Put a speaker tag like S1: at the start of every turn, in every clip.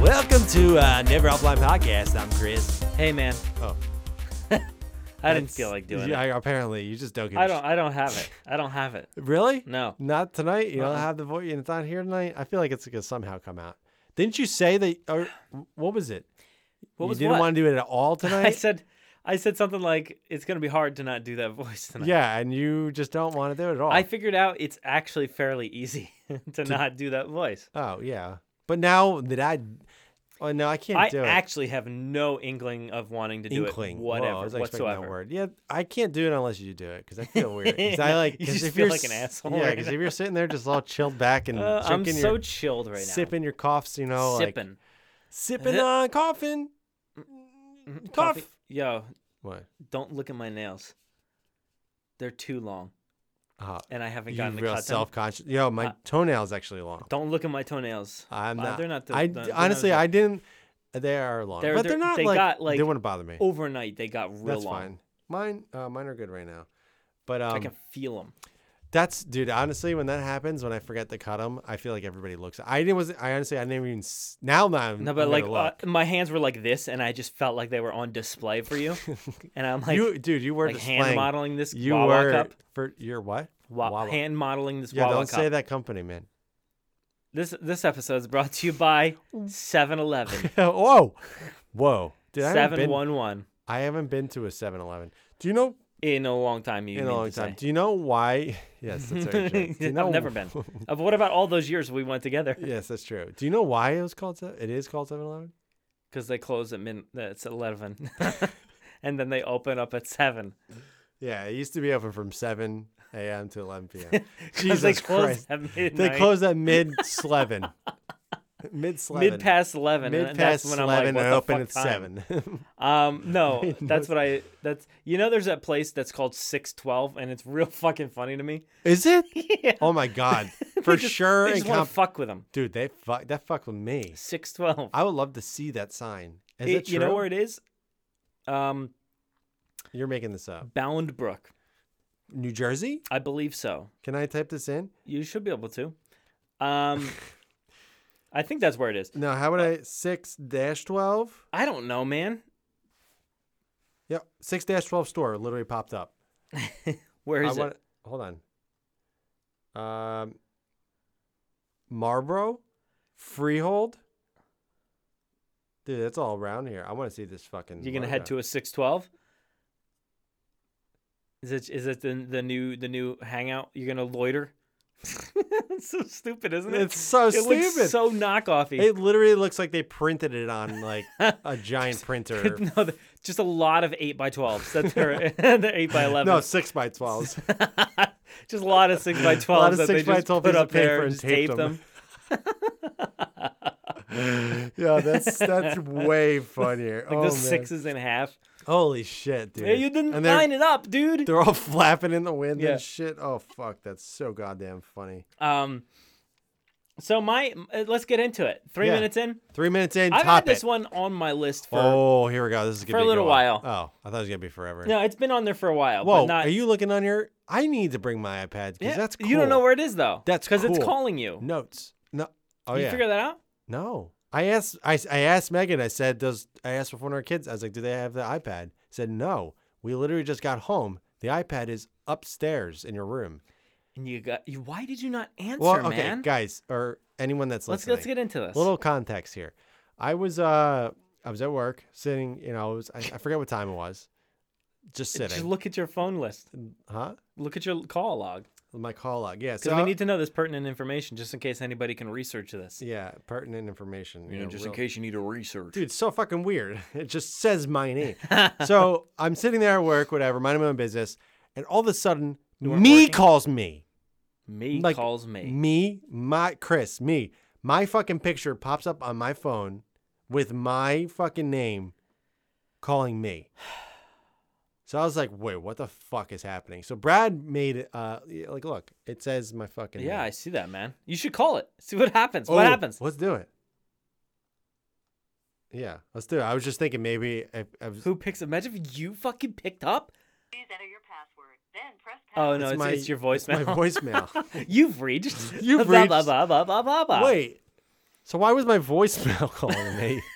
S1: Welcome to uh, Never Offline Podcast. I'm Chris.
S2: Hey man,
S1: Oh,
S2: I didn't feel like doing
S1: yeah,
S2: it.
S1: Apparently, you just don't. Give
S2: I
S1: a
S2: don't. I don't have it. I don't have it.
S1: Sh- really?
S2: No.
S1: Not tonight. You don't
S2: Uh-uh.
S1: have the voice, and it's not here tonight. I feel like it's gonna somehow come out. Didn't you say that? Or what was it?
S2: What
S1: you
S2: was
S1: didn't
S2: what?
S1: want to do it at all tonight.
S2: I said, I said something like, "It's gonna be hard to not do that voice tonight."
S1: yeah, and you just don't want to do it at all.
S2: I figured out it's actually fairly easy to not do that voice.
S1: oh yeah, but now that I, oh no, I can't
S2: I
S1: do it.
S2: actually have no inkling of wanting to do
S1: inkling.
S2: it,
S1: Whoa,
S2: whatever,
S1: I was expecting
S2: whatsoever.
S1: That word. Yeah, I can't do it unless you do it because I feel weird. 'Cause I like
S2: You
S1: 'cause
S2: just
S1: if
S2: feel
S1: you're
S2: like an
S1: s-
S2: asshole
S1: Yeah,
S2: right
S1: because
S2: now.
S1: if you're sitting there just all chilled back and
S2: Uh, I'm
S1: drinking
S2: so
S1: your,
S2: chilled right now.
S1: sipping your coughs, you know, like
S2: sipping.
S1: sipping
S2: Uh,
S1: on coughing.
S2: Mm,
S1: Cough.
S2: coffee- Yo,
S1: What?
S2: don't look at my nails. They're too long,
S1: Uh,
S2: and I haven't
S1: you
S2: gotten to
S1: real
S2: cut them.
S1: self-conscious. Yo, my
S2: Uh,
S1: toenail's actually long.
S2: Don't look at my toenails.
S1: I'm
S2: Uh,
S1: not.
S2: they're not the-
S1: I
S2: the-
S1: d-
S2: they're not
S1: honestly,
S2: as-
S1: I didn't. They are long,
S2: They're-
S1: but they're
S2: they're-
S1: not
S2: they
S1: like,
S2: got, like,
S1: they wouldn't bother me.
S2: Overnight, they got real
S1: That's
S2: long.
S1: fine. Mine, uh, mine are good right now. But um,
S2: I can feel them.
S1: That's dude. Honestly, when that happens, when I forget to cut them, I feel like everybody looks. I didn't was. I honestly, I didn't even. s- Now that I'm
S2: No, but
S1: I'm
S2: like
S1: gonna
S2: uh, my hands were like this, and I just felt like they were on display for you. and I'm like,
S1: you, dude. You were
S2: like
S1: displaying.
S2: hand modeling this
S1: you
S2: Wawa
S1: were
S2: cup.
S1: for your what?
S2: Wa-
S1: Wawa.
S2: Hand modeling this
S1: yeah,
S2: Wawa
S1: don't
S2: cup.
S1: say that company, man.
S2: This this episode is brought to you by 7-Eleven.
S1: whoa, whoa, dude. I haven't,
S2: Seven
S1: been,
S2: one one
S1: I haven't been to a 7-Eleven. Do you know
S2: in a long time. You
S1: in a
S2: mean
S1: long
S2: to
S1: time?
S2: say.
S1: Do you know why? Yes, that's very true. Do you know,
S2: I've never been. Of what about all those years we went together?
S1: Yes, that's true. Do you know why it was called? se- It is called 7-Eleven.
S2: Because they close at min. uh, It's eleven, and then they open up at seven.
S1: Yeah, it used to be open from seven a.m. to eleven p.m.
S2: 'Cause they
S1: Jesus
S2: close
S1: Christ.
S2: At midnight,
S1: They close at mid eleven. mid
S2: mid past eleven.
S1: Mid
S2: and
S1: past
S2: that's when I'm like,
S1: eleven
S2: what
S1: and
S2: the
S1: open
S2: fuck
S1: at
S2: time?
S1: seven.
S2: Um, no,
S1: Made no
S2: that's what I. That's you know, there's that place that's called Six Twelve, and it's real fucking funny to me.
S1: Is it?
S2: Yeah.
S1: Oh my god.
S2: They
S1: For
S2: just-
S1: sure
S2: they
S1: in
S2: just want
S1: comp-
S2: to fuck with them.
S1: Dude, they fuck that fuck with me.
S2: Six Twelve.
S1: I would love to see that sign. Is it, true?
S2: You know where it is? Um,
S1: You're making this up.
S2: Bound Brook,
S1: New Jersey?
S2: I believe so.
S1: Can I type this in?
S2: You should be able to. Um, I think that's where it is.
S1: No, how would I six dash twelve?
S2: I don't know, man.
S1: Yep. Six dash twelve store literally popped up.
S2: Where is
S1: I
S2: it?
S1: wanna- hold on. Um Marlboro? Freehold? Dude, that's all around here. I want to see this fucking
S2: You're gonna head to a six twelve. Is it is it the the new the new hangout? You're gonna loiter. it's so stupid, isn't it?
S1: It's so
S2: it
S1: stupid.
S2: looks so knockoffy.
S1: It literally looks like they printed it on like a giant printer.
S2: no, the- just a lot of eight by twelves. That's their they're eight by eleven.
S1: no, six by twelves.
S2: just a lot of six by
S1: lot
S2: twelves
S1: of
S2: that they
S1: 6 by
S2: just
S1: 12
S2: put
S1: pieces of
S2: up there
S1: paper
S2: and
S1: and
S2: just
S1: taped
S2: tape
S1: them.
S2: them.
S1: yeah, that's that's way funnier.
S2: Like
S1: oh,
S2: the
S1: man.
S2: sixes in half.
S1: Holy shit, dude.
S2: Yeah, you didn't
S1: and they're,
S2: line it up, dude.
S1: they're all flapping in the wind
S2: Yeah.
S1: and shit. Oh fuck, that's so goddamn funny.
S2: Um, so my uh, let's get into it. Three
S1: Yeah.
S2: minutes in.
S1: Three minutes in,
S2: I've
S1: top
S2: had this
S1: it.
S2: one on my list for
S1: oh, here we go. This is gonna
S2: for a
S1: be
S2: little
S1: good
S2: while.
S1: one. Oh, I thought it was gonna be forever.
S2: No, it's been on there for a while.
S1: Whoa,
S2: but not,
S1: are you looking on your? I need to bring my iPad because
S2: Yeah,
S1: that's cool.
S2: You don't know where it is though.
S1: That's
S2: because it's
S1: cool.
S2: calling you.
S1: notes. No. Oh
S2: you
S1: yeah.
S2: figure that out?
S1: No. I asked I, I asked Megan, I said, does I asked for one of our kids, I was like, do they have the iPad? She said, no. We literally just got home. The iPad is upstairs in your room.
S2: And you got you. Why did you not answer,
S1: Well, okay,
S2: man?
S1: guys, or anyone that's
S2: let's
S1: listening.
S2: let's get into this.
S1: little context here. I was uh I was at work sitting, you know, I was I, I forget what time it was. Just sitting.
S2: Just look at your phone list.
S1: huh?
S2: Look at your call log
S1: My call out. Yeah.
S2: because
S1: So
S2: we need to know this pertinent information just in case anybody can research this.
S1: Yeah, pertinent information. You, know, real-
S2: case you need to research.
S1: dude, it's so fucking weird. It just says my name. so I'm sitting there at work, whatever, minding my own business, and all of a sudden,
S2: weren't
S1: me
S2: working?
S1: calls me.
S2: Me
S1: Like,
S2: calls me.
S1: Me, my Chris, me. My fucking picture pops up on my phone with my fucking name calling me. So I was like, wait, what the fuck is happening? So Brad made it, uh, like, look, it says my fucking
S2: Yeah,
S1: name.
S2: I see that, man. You should call it. See what happens. what
S1: Oh,
S2: happens?
S1: Let's do it. Yeah, let's do it. I was just thinking maybe if, I was,
S2: Who picks? Imagine if you fucking picked up.
S3: Please enter your password, then press
S2: Oh
S3: pound.
S2: no, it's,
S1: my-
S2: it's your
S1: it's my
S2: voicemail.
S1: voicemail.
S2: You've reached.
S1: You've
S2: blah, blah,
S1: reached-
S2: blah, blah, blah, blah, blah.
S1: Wait, So why was my voicemail calling me?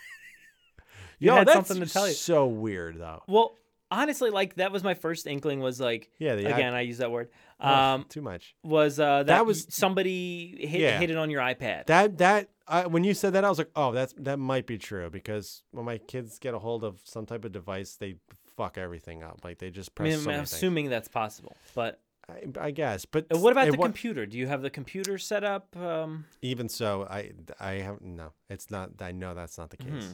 S2: You
S1: Yo,
S2: had
S1: that's
S2: something to tell you.
S1: so weird though.
S2: Well, honestly, like that was my first inkling was like
S1: Yeah, the
S2: again, I use that word.
S1: Ugh,
S2: Um
S1: too much.
S2: was uh that,
S1: That was-
S2: was somebody hit
S1: Yeah.
S2: hit it on your iPad.
S1: That that I, when you said that, I was like, oh, that's that might be true because when my kids get a hold of some type of device, they fuck everything up. Like they just
S2: I
S1: press.
S2: mean,
S1: so
S2: I'm
S1: many things.
S2: assuming that's possible. But
S1: I, I guess, but
S2: uh, what about
S1: it
S2: the
S1: wa-
S2: computer? Do you have the computer set up? Um
S1: even so, I I have no. It's not. I know that's not the case
S2: Mm-hmm.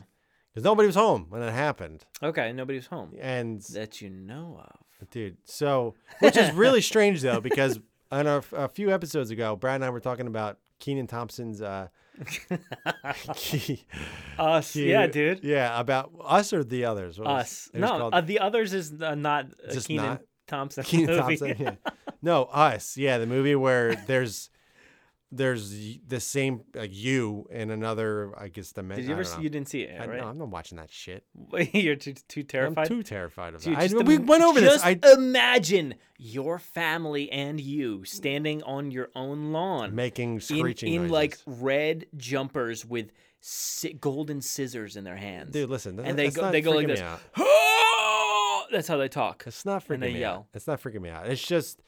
S1: because nobody was home when it happened.
S2: okay, nobody's home.
S1: And
S2: That you know of.
S1: dude, so which is really strange though because on a, a few episodes ago, Brad and I were talking about Keenan Thompson's. Uh, key,
S2: Us. yeah,
S1: key-
S2: dude.
S1: Yeah, about us or the others. What was-
S2: Us.
S1: it was
S2: No,
S1: called-
S2: uh, the others is uh, not uh,
S1: Just
S2: Keenan
S1: not-
S2: Thompson.
S1: Keenan
S2: movie.
S1: Thompson. yeah. No, us. Yeah, the movie where there's there's y- the same like you and another. I guess the
S2: Did you ever?
S1: I don't
S2: See,
S1: know.
S2: you didn't see it,
S1: I-
S2: right?
S1: no, I'm not watching that shit.
S2: You're too too terrified.
S1: I'm too terrified of
S2: Dude,
S1: that. I,
S2: just
S1: we
S2: im-
S1: went over this.
S2: just
S1: I
S2: imagine your family and you standing on your own lawn,
S1: making
S2: in,
S1: screeching
S2: in
S1: noises.
S2: like red jumpers with si- golden scissors in their hands.
S1: dude, listen. that-
S2: and they
S1: that's
S2: go,
S1: not
S2: they go
S1: freaking
S2: like
S1: me
S2: this.
S1: out.
S2: That's how they talk.
S1: It's not freaking
S2: And they
S1: me out.
S2: yell.
S1: It's not freaking me out. It's just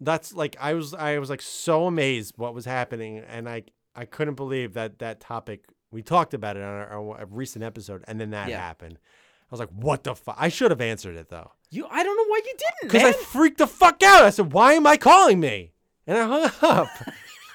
S1: that's like I was I was like so amazed what was happening, and I I couldn't believe that that topic we talked about it on our, our recent episode, and then that
S2: Yeah.
S1: happened. I was like, what the fuck? I should have answered it though,
S2: You, I don't know why you didn't.
S1: because I
S2: man.
S1: freaked the fuck out. I said, why am I calling me? And I hung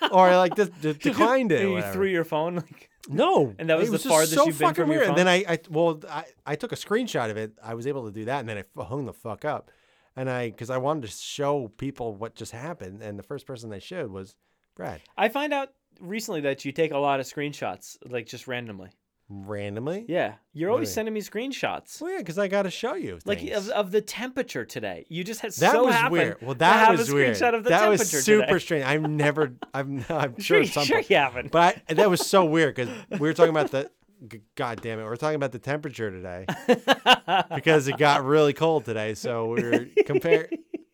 S1: up. or I like just, just declined it. or
S2: you
S1: whatever.
S2: threw your phone. Like,
S1: No,
S2: And that was
S1: it
S2: the
S1: just
S2: farthest
S1: so
S2: you've been
S1: fucking
S2: from your
S1: weird. And then
S2: phone?
S1: I, I well, I, I took a screenshot of it. I was able to do that, and then I f- hung the fuck up. And I, because I wanted to show people what just happened, and the first person I showed was Brad.
S2: I find out recently that you take a lot of screenshots, like just randomly.
S1: Randomly,
S2: Yeah, you're
S1: What do
S2: always
S1: you mean?
S2: sending me screenshots.
S1: Well, yeah, because I got to show you.
S2: like
S1: things.
S2: of, of the temperature today. You just had
S1: that
S2: so
S1: was
S2: happened
S1: weird. Well,
S2: to
S1: that
S2: have
S1: was
S2: a
S1: weird.
S2: screenshot of the
S1: that was
S2: temperature today.
S1: super strange. I've never, I'm, I'm
S2: Sure,
S1: sure,
S2: you-
S1: at some
S2: sure
S1: point.
S2: you haven't.
S1: But I, that was so weird because we were talking about the. g- God damn it! We are talking about the temperature today because it got really cold today. So we were compare.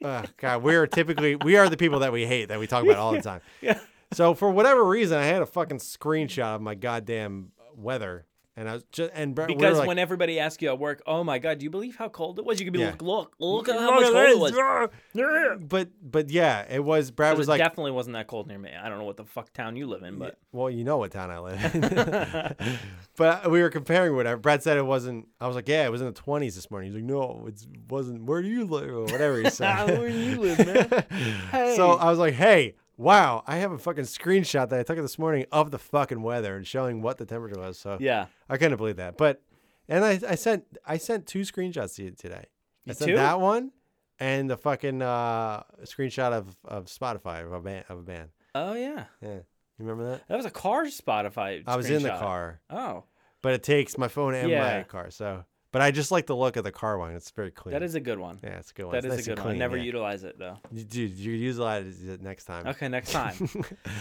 S1: Uh, God, we are typically we are the people that we hate that we talk about all the time.
S2: yeah.
S1: So for whatever reason, I had a fucking screenshot of my goddamn weather, and I was just and Brett, we
S2: Because
S1: were like,
S2: when everybody asks you at work, oh my God, do you believe how cold it was? You could be
S1: Yeah.
S2: like, look, look at
S1: "Look
S2: how much
S1: at
S2: cold it was.
S1: this." But but yeah, it was. Brad
S2: 'Cause
S1: was
S2: it
S1: like,
S2: definitely wasn't that cold near me. I don't know what the fuck town you live in, but
S1: Well, you know what town I live in. but we were comparing whatever. Brad said it wasn't. I was like, yeah, it was in the 20s this morning. He's like, no, it wasn't. Where do you live? Or whatever he said.
S2: Where do you live, man?
S1: So uh,
S2: Hey.
S1: I was like, hey, wow, I have a fucking screenshot that I took this morning of the fucking weather and showing what the temperature was. So
S2: yeah.
S1: I couldn't believe that. But, and I, I sent I sent two screenshots to you today. I
S2: You
S1: sent
S2: two?
S1: that one and the fucking uh, screenshot of, of Spotify of a band. Of a band.
S2: Oh, yeah.
S1: Yeah. You remember that?
S2: That was a car Spotify.
S1: I was in the
S2: screenshot.
S1: car.
S2: Oh,
S1: but it takes my phone and my
S2: Yeah.
S1: car. So, but I just like the look of the car one. It's very clean.
S2: that is a good one.
S1: yeah, it's a good one. It's
S2: That is
S1: nice
S2: a
S1: and
S2: good one. I
S1: clean,
S2: never
S1: yeah.
S2: utilize it, though.
S1: You- Dude, you could utilize it next time.
S2: Okay, next time.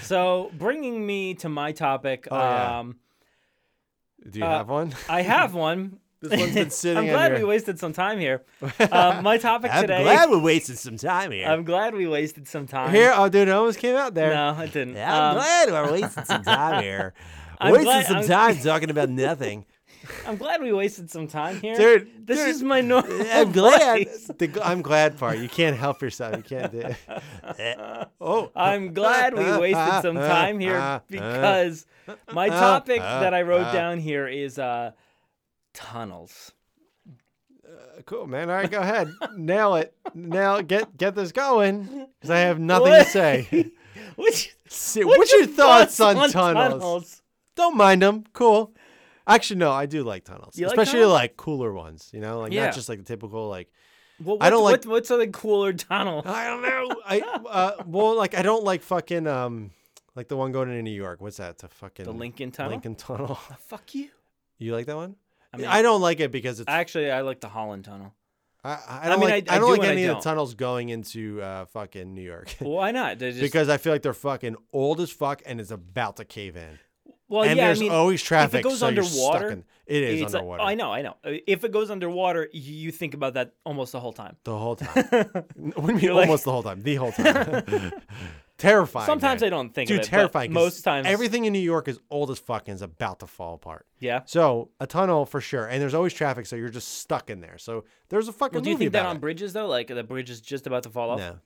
S2: so bringing me to my topic,
S1: Oh, yeah.
S2: um,
S1: Do you
S2: Uh,
S1: have one?
S2: I have one.
S1: This one's been sitting
S2: I'm
S1: on
S2: glad
S1: your-
S2: we wasted some time here. Um, my topic
S1: I'm
S2: today.
S1: glad we wasted some time here.
S2: I'm glad we wasted some time.
S1: here, oh, dude, it almost came out there.
S2: no, it didn't.
S1: Yeah, I'm
S2: Um,
S1: glad I wasted some time here.
S2: I'm
S1: wasted
S2: glad-
S1: some
S2: I'm-
S1: time talking about nothing,
S2: I'm glad we wasted some time here,
S1: dude.
S2: This
S1: dude,
S2: is my normal.
S1: I'm glad.
S2: voice.
S1: The, gl- I'm glad part. You can't help yourself. You can't do. it. oh,
S2: I'm glad we wasted some time here because my topic that I wrote down here is uh, tunnels.
S1: Cool, man. All right, go ahead. Nail it. Nail get get this going because I have nothing to
S2: What?
S1: say.
S2: What's,
S1: See, what's your thoughts on, tunnels?
S2: tunnels?
S1: Don't mind them. Cool. Actually, no, I do like tunnels,
S2: You like
S1: especially
S2: tunnels?
S1: like cooler ones. You know, like
S2: Yeah.
S1: not just like the typical like
S2: Well,
S1: I don't
S2: what's-
S1: like-
S2: what, what's other cooler tunnel.
S1: I don't know. I uh, well, like I don't like fucking um like the one going into New York. What's that? The fucking
S2: The Lincoln Tunnel.
S1: Lincoln Tunnel.
S2: Oh, Fuck you.
S1: You like that one? I,
S2: I mean,
S1: don't like it because it's. I,
S2: actually I like the Holland Tunnel.
S1: I, don't
S2: mean,
S1: like.
S2: I-
S1: I,
S2: I
S1: don't
S2: do
S1: like
S2: and I
S1: any of the
S2: don't.
S1: tunnels going into uh, fucking New York
S2: Well, why not? They're Just,
S1: because I feel like they're fucking old as fuck and it's about to cave in.
S2: well,
S1: and
S2: yeah,
S1: there's
S2: I mean,
S1: always traffic.
S2: If it goes
S1: so you're stuck
S2: underwater,
S1: in- it is
S2: it's like-
S1: underwater
S2: I know, I know. If it goes underwater, you, you think about that almost the whole time.
S1: the whole time. Wouldn't be
S2: You're like-
S1: almost the whole time. The whole time. Terrifying.
S2: Sometimes
S1: man.
S2: I don't think
S1: Dude,
S2: of it. but
S1: terrifying. 'cause
S2: Most times,
S1: Everything in New York is old as fuck and is about to fall apart.
S2: Yeah.
S1: So a tunnel for sure, and there's always traffic, so you're just stuck in there. So there's a fucking
S2: Well, do you
S1: movie
S2: think that
S1: about
S2: on
S1: it.
S2: bridges though? Like the bridge is just about to fall off.
S1: No,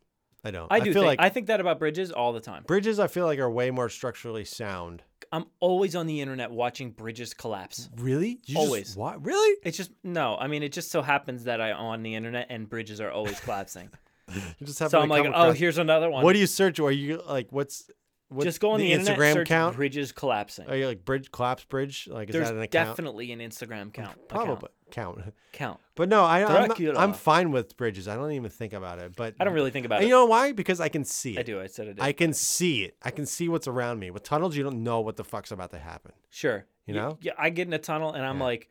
S1: I don't.
S2: I do
S1: feel
S2: think
S1: like
S2: I think that about bridges all the time.
S1: bridges. I feel like are way more structurally sound.
S2: I'm always on the internet watching bridges collapse.
S1: Really? You
S2: Always.
S1: Just, what? Really?
S2: It's just no. I mean, it just so happens that I am on the internet and bridges are always collapsing.
S1: You just have
S2: so I'm like, oh, here's another one.
S1: What do you search? Or you like what's? What's
S2: just go on the, internet,
S1: Instagram
S2: search
S1: count?
S2: bridges collapsing.
S1: Are you like bridge collapse bridge? Like is
S2: There's
S1: that an account?
S2: definitely an Instagram count. account.
S1: Probably count.
S2: count.
S1: But no, I, I'm, not-
S2: Dracula.
S1: I'm fine with bridges. I don't even think about it. But
S2: I don't really think about
S1: And
S2: it.
S1: you know why? Because I can see it.
S2: I do. I said I did.
S1: I can see it. I can see what's around me. With tunnels, you don't know what the fuck's about to happen.
S2: sure.
S1: You
S2: Y-
S1: know?
S2: Yeah. I get in a tunnel and I'm
S1: Yeah.
S2: like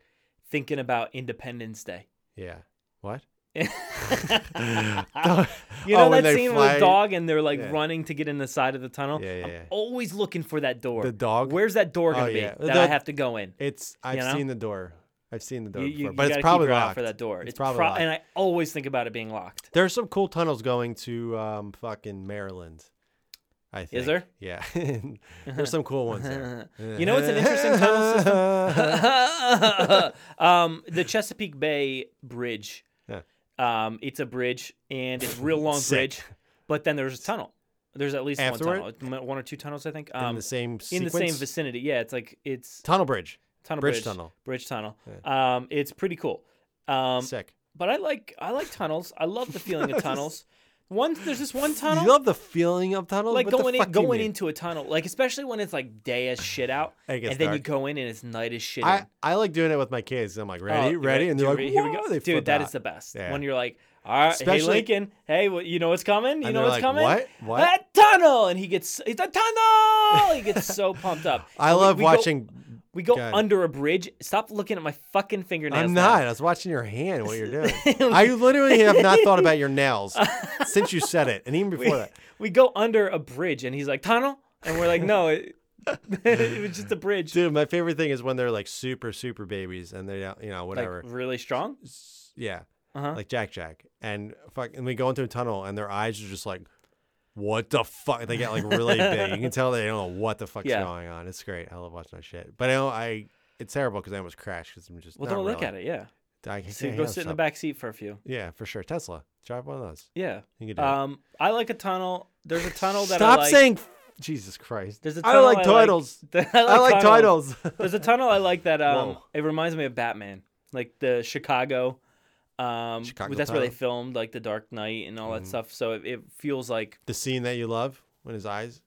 S2: thinking about Independence Day.
S1: Yeah. What? Oh,
S2: You know that scene with the dog and they're like
S1: Yeah.
S2: running to get in the side of the tunnel?
S1: Yeah, yeah,
S2: I'm
S1: yeah.
S2: always looking for that door.
S1: The dog?
S2: Where's that door
S1: Oh,
S2: gonna be
S1: yeah.
S2: that I
S1: The-
S2: have to go in?
S1: It's. I've
S2: know?
S1: seen the door. I've seen the door
S2: You- you-
S1: before,
S2: you
S1: but
S2: gotta
S1: it's
S2: keep
S1: probably
S2: your eye out
S1: locked
S2: for that door.
S1: It's,
S2: It's,
S1: probably
S2: pro-
S1: locked.
S2: and I always think about it being locked.
S1: There's some cool tunnels going to um fucking Maryland. I think.
S2: Is there?
S1: Yeah. There's some cool ones there.
S2: You know what's an interesting tunnel
S1: system?
S2: um, the Chesapeake Bay Bridge.
S1: Yeah.
S2: Um, it's a bridge and it's a real long
S1: Sick.
S2: bridge, but then there's a tunnel. There's at least one
S1: Afterward?
S2: tunnel, M- one or two tunnels, I think. Um,
S1: in the same
S2: in the same
S1: sequence?
S2: vicinity. Yeah, it's like it's
S1: tunnel bridge.
S2: tunnel
S1: bridge
S2: bridge,
S1: tunnel.
S2: bridge tunnel. Um, it's pretty cool. Um,
S1: Sick.
S2: but I like I like tunnels. I love the feeling of tunnels. One there's this one tunnel
S1: You love the feeling of tunnels.
S2: like
S1: What the
S2: going
S1: fuck
S2: in,
S1: do you
S2: going
S1: mean?
S2: into a tunnel, like especially when it's like day as shit out,
S1: And it
S2: and
S1: gets
S2: then you
S1: dark.
S2: go in and it's night as shit.
S1: I,
S2: in.
S1: I like doing it with my kids. I'm like, ready,
S2: Oh,
S1: ready, and they're like,
S2: dude,
S1: "Whoa," They flip
S2: dude, that
S1: out.
S2: is the best.
S1: Yeah.
S2: When you're like, all right, hey
S1: Especially-
S2: Lincoln, hey, what, you know what's coming? You
S1: And
S2: know
S1: they're like,
S2: what's coming?
S1: "What? What?"
S2: That tunnel, and he gets it's a tunnel. he gets so pumped up.
S1: I
S2: And we-
S1: love
S2: we go-
S1: watching.
S2: we go
S1: go ahead.
S2: under a bridge. Stop looking at my fucking fingernails.
S1: I'm
S2: now.
S1: not. I was watching your hand. What you're doing? I literally have not thought about your nails since you said it, and even before that.
S2: We go under a bridge, and he's like tunnel, and we're like, no, it, it was just a bridge.
S1: Dude, my favorite thing is when they're like super, super babies, and they, don't- you know,
S2: like
S1: whatever.
S2: really strong.
S1: yeah,
S2: Uh-huh.
S1: like Jack, Jack, and fuck, and we go into a tunnel, and their eyes are just like, "What the fuck?" They get like really big. You can tell they don't know what the fuck's
S2: Yeah.
S1: going on. It's great. I love watching that shit. But I, know I it's terrible because I almost crashed because I'm just.
S2: Well,
S1: not
S2: don't look
S1: really-
S2: at it. Yeah.
S1: I can't
S2: So
S1: handle
S2: you go sit in the
S1: something.
S2: back seat for a few.
S1: Yeah, for sure. Tesla, drive one of those.
S2: Yeah.
S1: You can do it.
S2: Um, I like a tunnel. There's a tunnel that
S1: Stop
S2: I like.
S1: saying Jesus Christ.
S2: There's a
S1: I don't
S2: tunnel
S1: like
S2: I like.
S1: titles.
S2: I like,
S1: I like titles.
S2: There's a tunnel I like that. Um,
S1: Whoa.
S2: it reminds me of Batman, like the Chicago. Um,
S1: Chicago
S2: that's where they
S1: tunnel. Mm-hmm.
S2: filmed like the Dark Knight and all that stuff. So it, it feels like
S1: the scene that you love when his eyes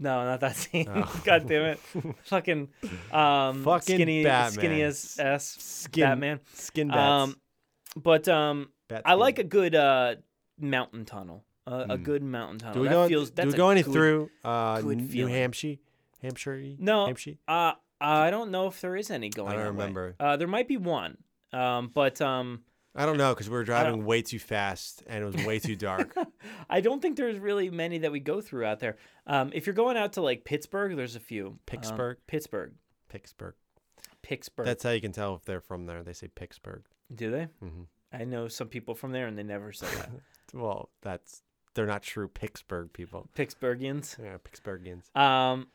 S2: no, not that scene.
S1: Oh.
S2: God damn it, fucking, um,
S1: Fucking
S2: skinny,
S1: Batman.
S2: skinny as s
S1: skin
S2: Batman.
S1: skin bats.
S2: Um, but um,
S1: Bat
S2: I
S1: skin.
S2: like a good uh mountain tunnel. Uh, A good mountain tunnel.
S1: Mm. Do we
S2: that
S1: go?
S2: feels,
S1: do
S2: that's
S1: we
S2: a
S1: go any
S2: good-
S1: through uh,
S2: good
S1: New
S2: feeling.
S1: Hampshire? Hampshire?
S2: No,
S1: Hampshire.
S2: Uh, I don't know if there is any going.
S1: don't
S2: that way.
S1: remember.
S2: Uh, there might be one, um, but um,
S1: I don't know because we were driving way too fast and it was way too dark.
S2: Uh-huh. I don't think there's really many that we go through out there. Um, if you're going out to like Pittsburgh, there's a few. Um,
S1: Pittsburgh?
S2: Pittsburgh,
S1: Pittsburgh.
S2: Pittsburgh.
S1: That's how you can tell if they're from there. They say Pittsburgh.
S2: Do they?
S1: Mhm.
S2: I know some people from there, and they never say that.
S1: Well, that's they're not true Pittsburgh people.
S2: Pittsburghians.
S1: Yeah, Pittsburghians.
S2: Um,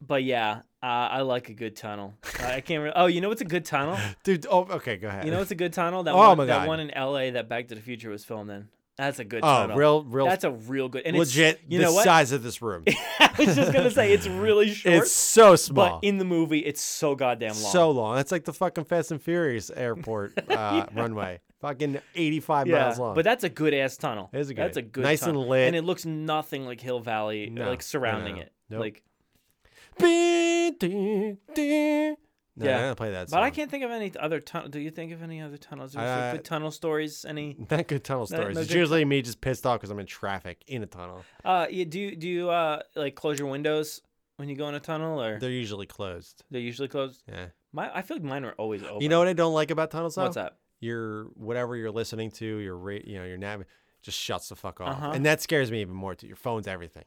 S2: but yeah, uh, I like a good tunnel. Uh, I can't. Re- oh, you know what's a good tunnel?
S1: Dude, oh, okay, go ahead.
S2: You know what's a good tunnel? That
S1: Oh,
S2: one
S1: my
S2: that
S1: God.
S2: one in L.A. that Back to the Future was filmed in. That's a good
S1: oh,
S2: tunnel.
S1: real, real,
S2: That's a real good and it's-
S1: legit.
S2: You
S1: the
S2: know what?
S1: size of this room.
S2: I was just gonna say it's really short,
S1: It's so
S2: but
S1: small.
S2: in the movie it's so goddamn long.
S1: So long. That's like the fucking Fast and Furious airport uh, runway. Fucking 85 miles long.
S2: but that's a good ass tunnel.
S1: It is a
S2: That's a
S1: good-
S2: good,
S1: nice and
S2: tunnel.
S1: lit.
S2: and it looks nothing like Hill Valley,
S1: No,
S2: like surrounding
S1: no, no.
S2: it.
S1: Nope.
S2: Like,
S1: No,
S2: Yeah.
S1: I don't play that
S2: but I
S1: song.
S2: can't think of any other tunnel. Do you think of any other tunnels? There's
S1: Uh,
S2: like good tunnel stories. Any?
S1: Not good tunnel
S2: No,
S1: stories.
S2: no
S1: it's
S2: good-
S1: usually me just pissed off because I'm in traffic in a tunnel.
S2: Uh, you, do you- do you uh like close your windows when you go in a tunnel, or
S1: They're usually closed.
S2: they're usually closed?
S1: Yeah.
S2: My, I feel like mine are always open.
S1: You know what uh, I don't like about tunnels? Though?
S2: uh, What's that?
S1: Your whatever you're listening to, your ra- you know your nav just shuts the fuck off,
S2: Uh-huh.
S1: and that scares me even more. Too. Your phone's everything.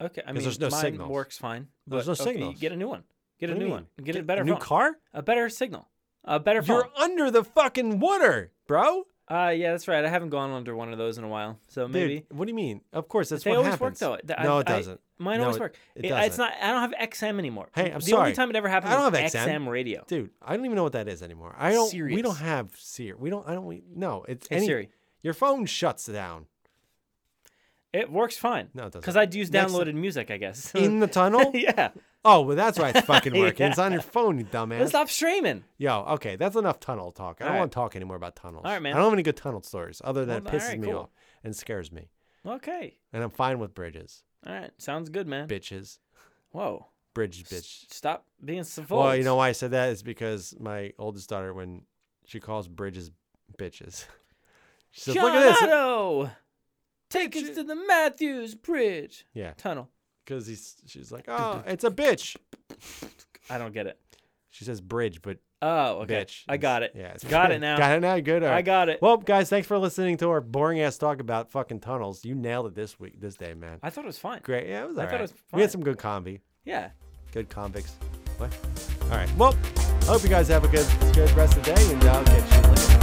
S2: Okay, I
S1: 'Cause
S2: mean,
S1: there's no
S2: mine
S1: signals.
S2: works fine.
S1: There's
S2: but,
S1: no
S2: okay,
S1: signals.
S2: Get a new one. Get
S1: What
S2: a
S1: do you
S2: new
S1: mean?
S2: one. Get, a better
S1: new
S2: phone.
S1: car.
S2: a better signal, a better phone.
S1: You're under the fucking water, bro.
S2: Uh, yeah, that's right. I haven't gone under one of those in a while, so maybe
S1: Dude, what do you mean? Of course, that's
S2: they
S1: what
S2: always
S1: happens.
S2: work though. Th- I-
S1: no, it
S2: I-
S1: doesn't.
S2: mine
S1: No,
S2: always
S1: it-
S2: work.
S1: it
S2: I- it's
S1: doesn't.
S2: not. I don't have XM anymore.
S1: Hey, I'm
S2: the
S1: sorry.
S2: only time it ever happened
S1: I don't
S2: was
S1: have XM.
S2: radio.
S1: Dude, I don't even know what that is anymore. I don't. We don't
S2: Sirius.
S1: have Siri. We don't. I don't. We, no, it's
S2: Hey,
S1: any,
S2: Siri.
S1: Your phone shuts down
S2: It works fine.
S1: No, it doesn't.
S2: Because I'd use
S1: Next-
S2: downloaded music, I guess.
S1: in the tunnel.
S2: yeah.
S1: Oh, well, that's why it's fucking working.
S2: Yeah.
S1: It's on your phone, you dumbass.
S2: Let's stop streaming.
S1: Yo, okay, that's enough tunnel talk. I don't
S2: All right.
S1: want to talk anymore about tunnels.
S2: All right, man.
S1: I don't have any good tunnel stories other than
S2: Well,
S1: it
S2: all
S1: pisses
S2: right,
S1: me
S2: cool.
S1: off and scares me.
S2: Okay.
S1: And I'm fine with bridges,
S2: All right. Sounds good, man.
S1: bitches,
S2: Whoa.
S1: bridge
S2: S-
S1: bitch.
S2: Stop being savant.
S1: Well, you know why I said that is because my oldest daughter, when she calls bridges bitches, she says, "Look at this."
S2: Otto, take us to the Matthews Bridge
S1: Yeah,
S2: tunnel.
S1: because he's she's like, "Oh, it's a bitch."
S2: I don't get it.
S1: She says bridge, but
S2: Oh, okay.
S1: bitch.
S2: I
S1: is-
S2: got it.
S1: Yeah, it's-
S2: got it now.
S1: Got it now. Good. All
S2: I
S1: right.
S2: got it.
S1: Well, guys, thanks for listening to our boring ass talk about fucking tunnels. You nailed it this week, this day, man.
S2: I thought it was fine.
S1: Great. Yeah, it was
S2: I
S1: all
S2: thought it
S1: right.
S2: was
S1: We had
S2: fine.
S1: some good combi,
S2: Yeah.
S1: good convicts. What? All right. Well, I hope you guys have a good, good rest of the day, and I'll catch you later.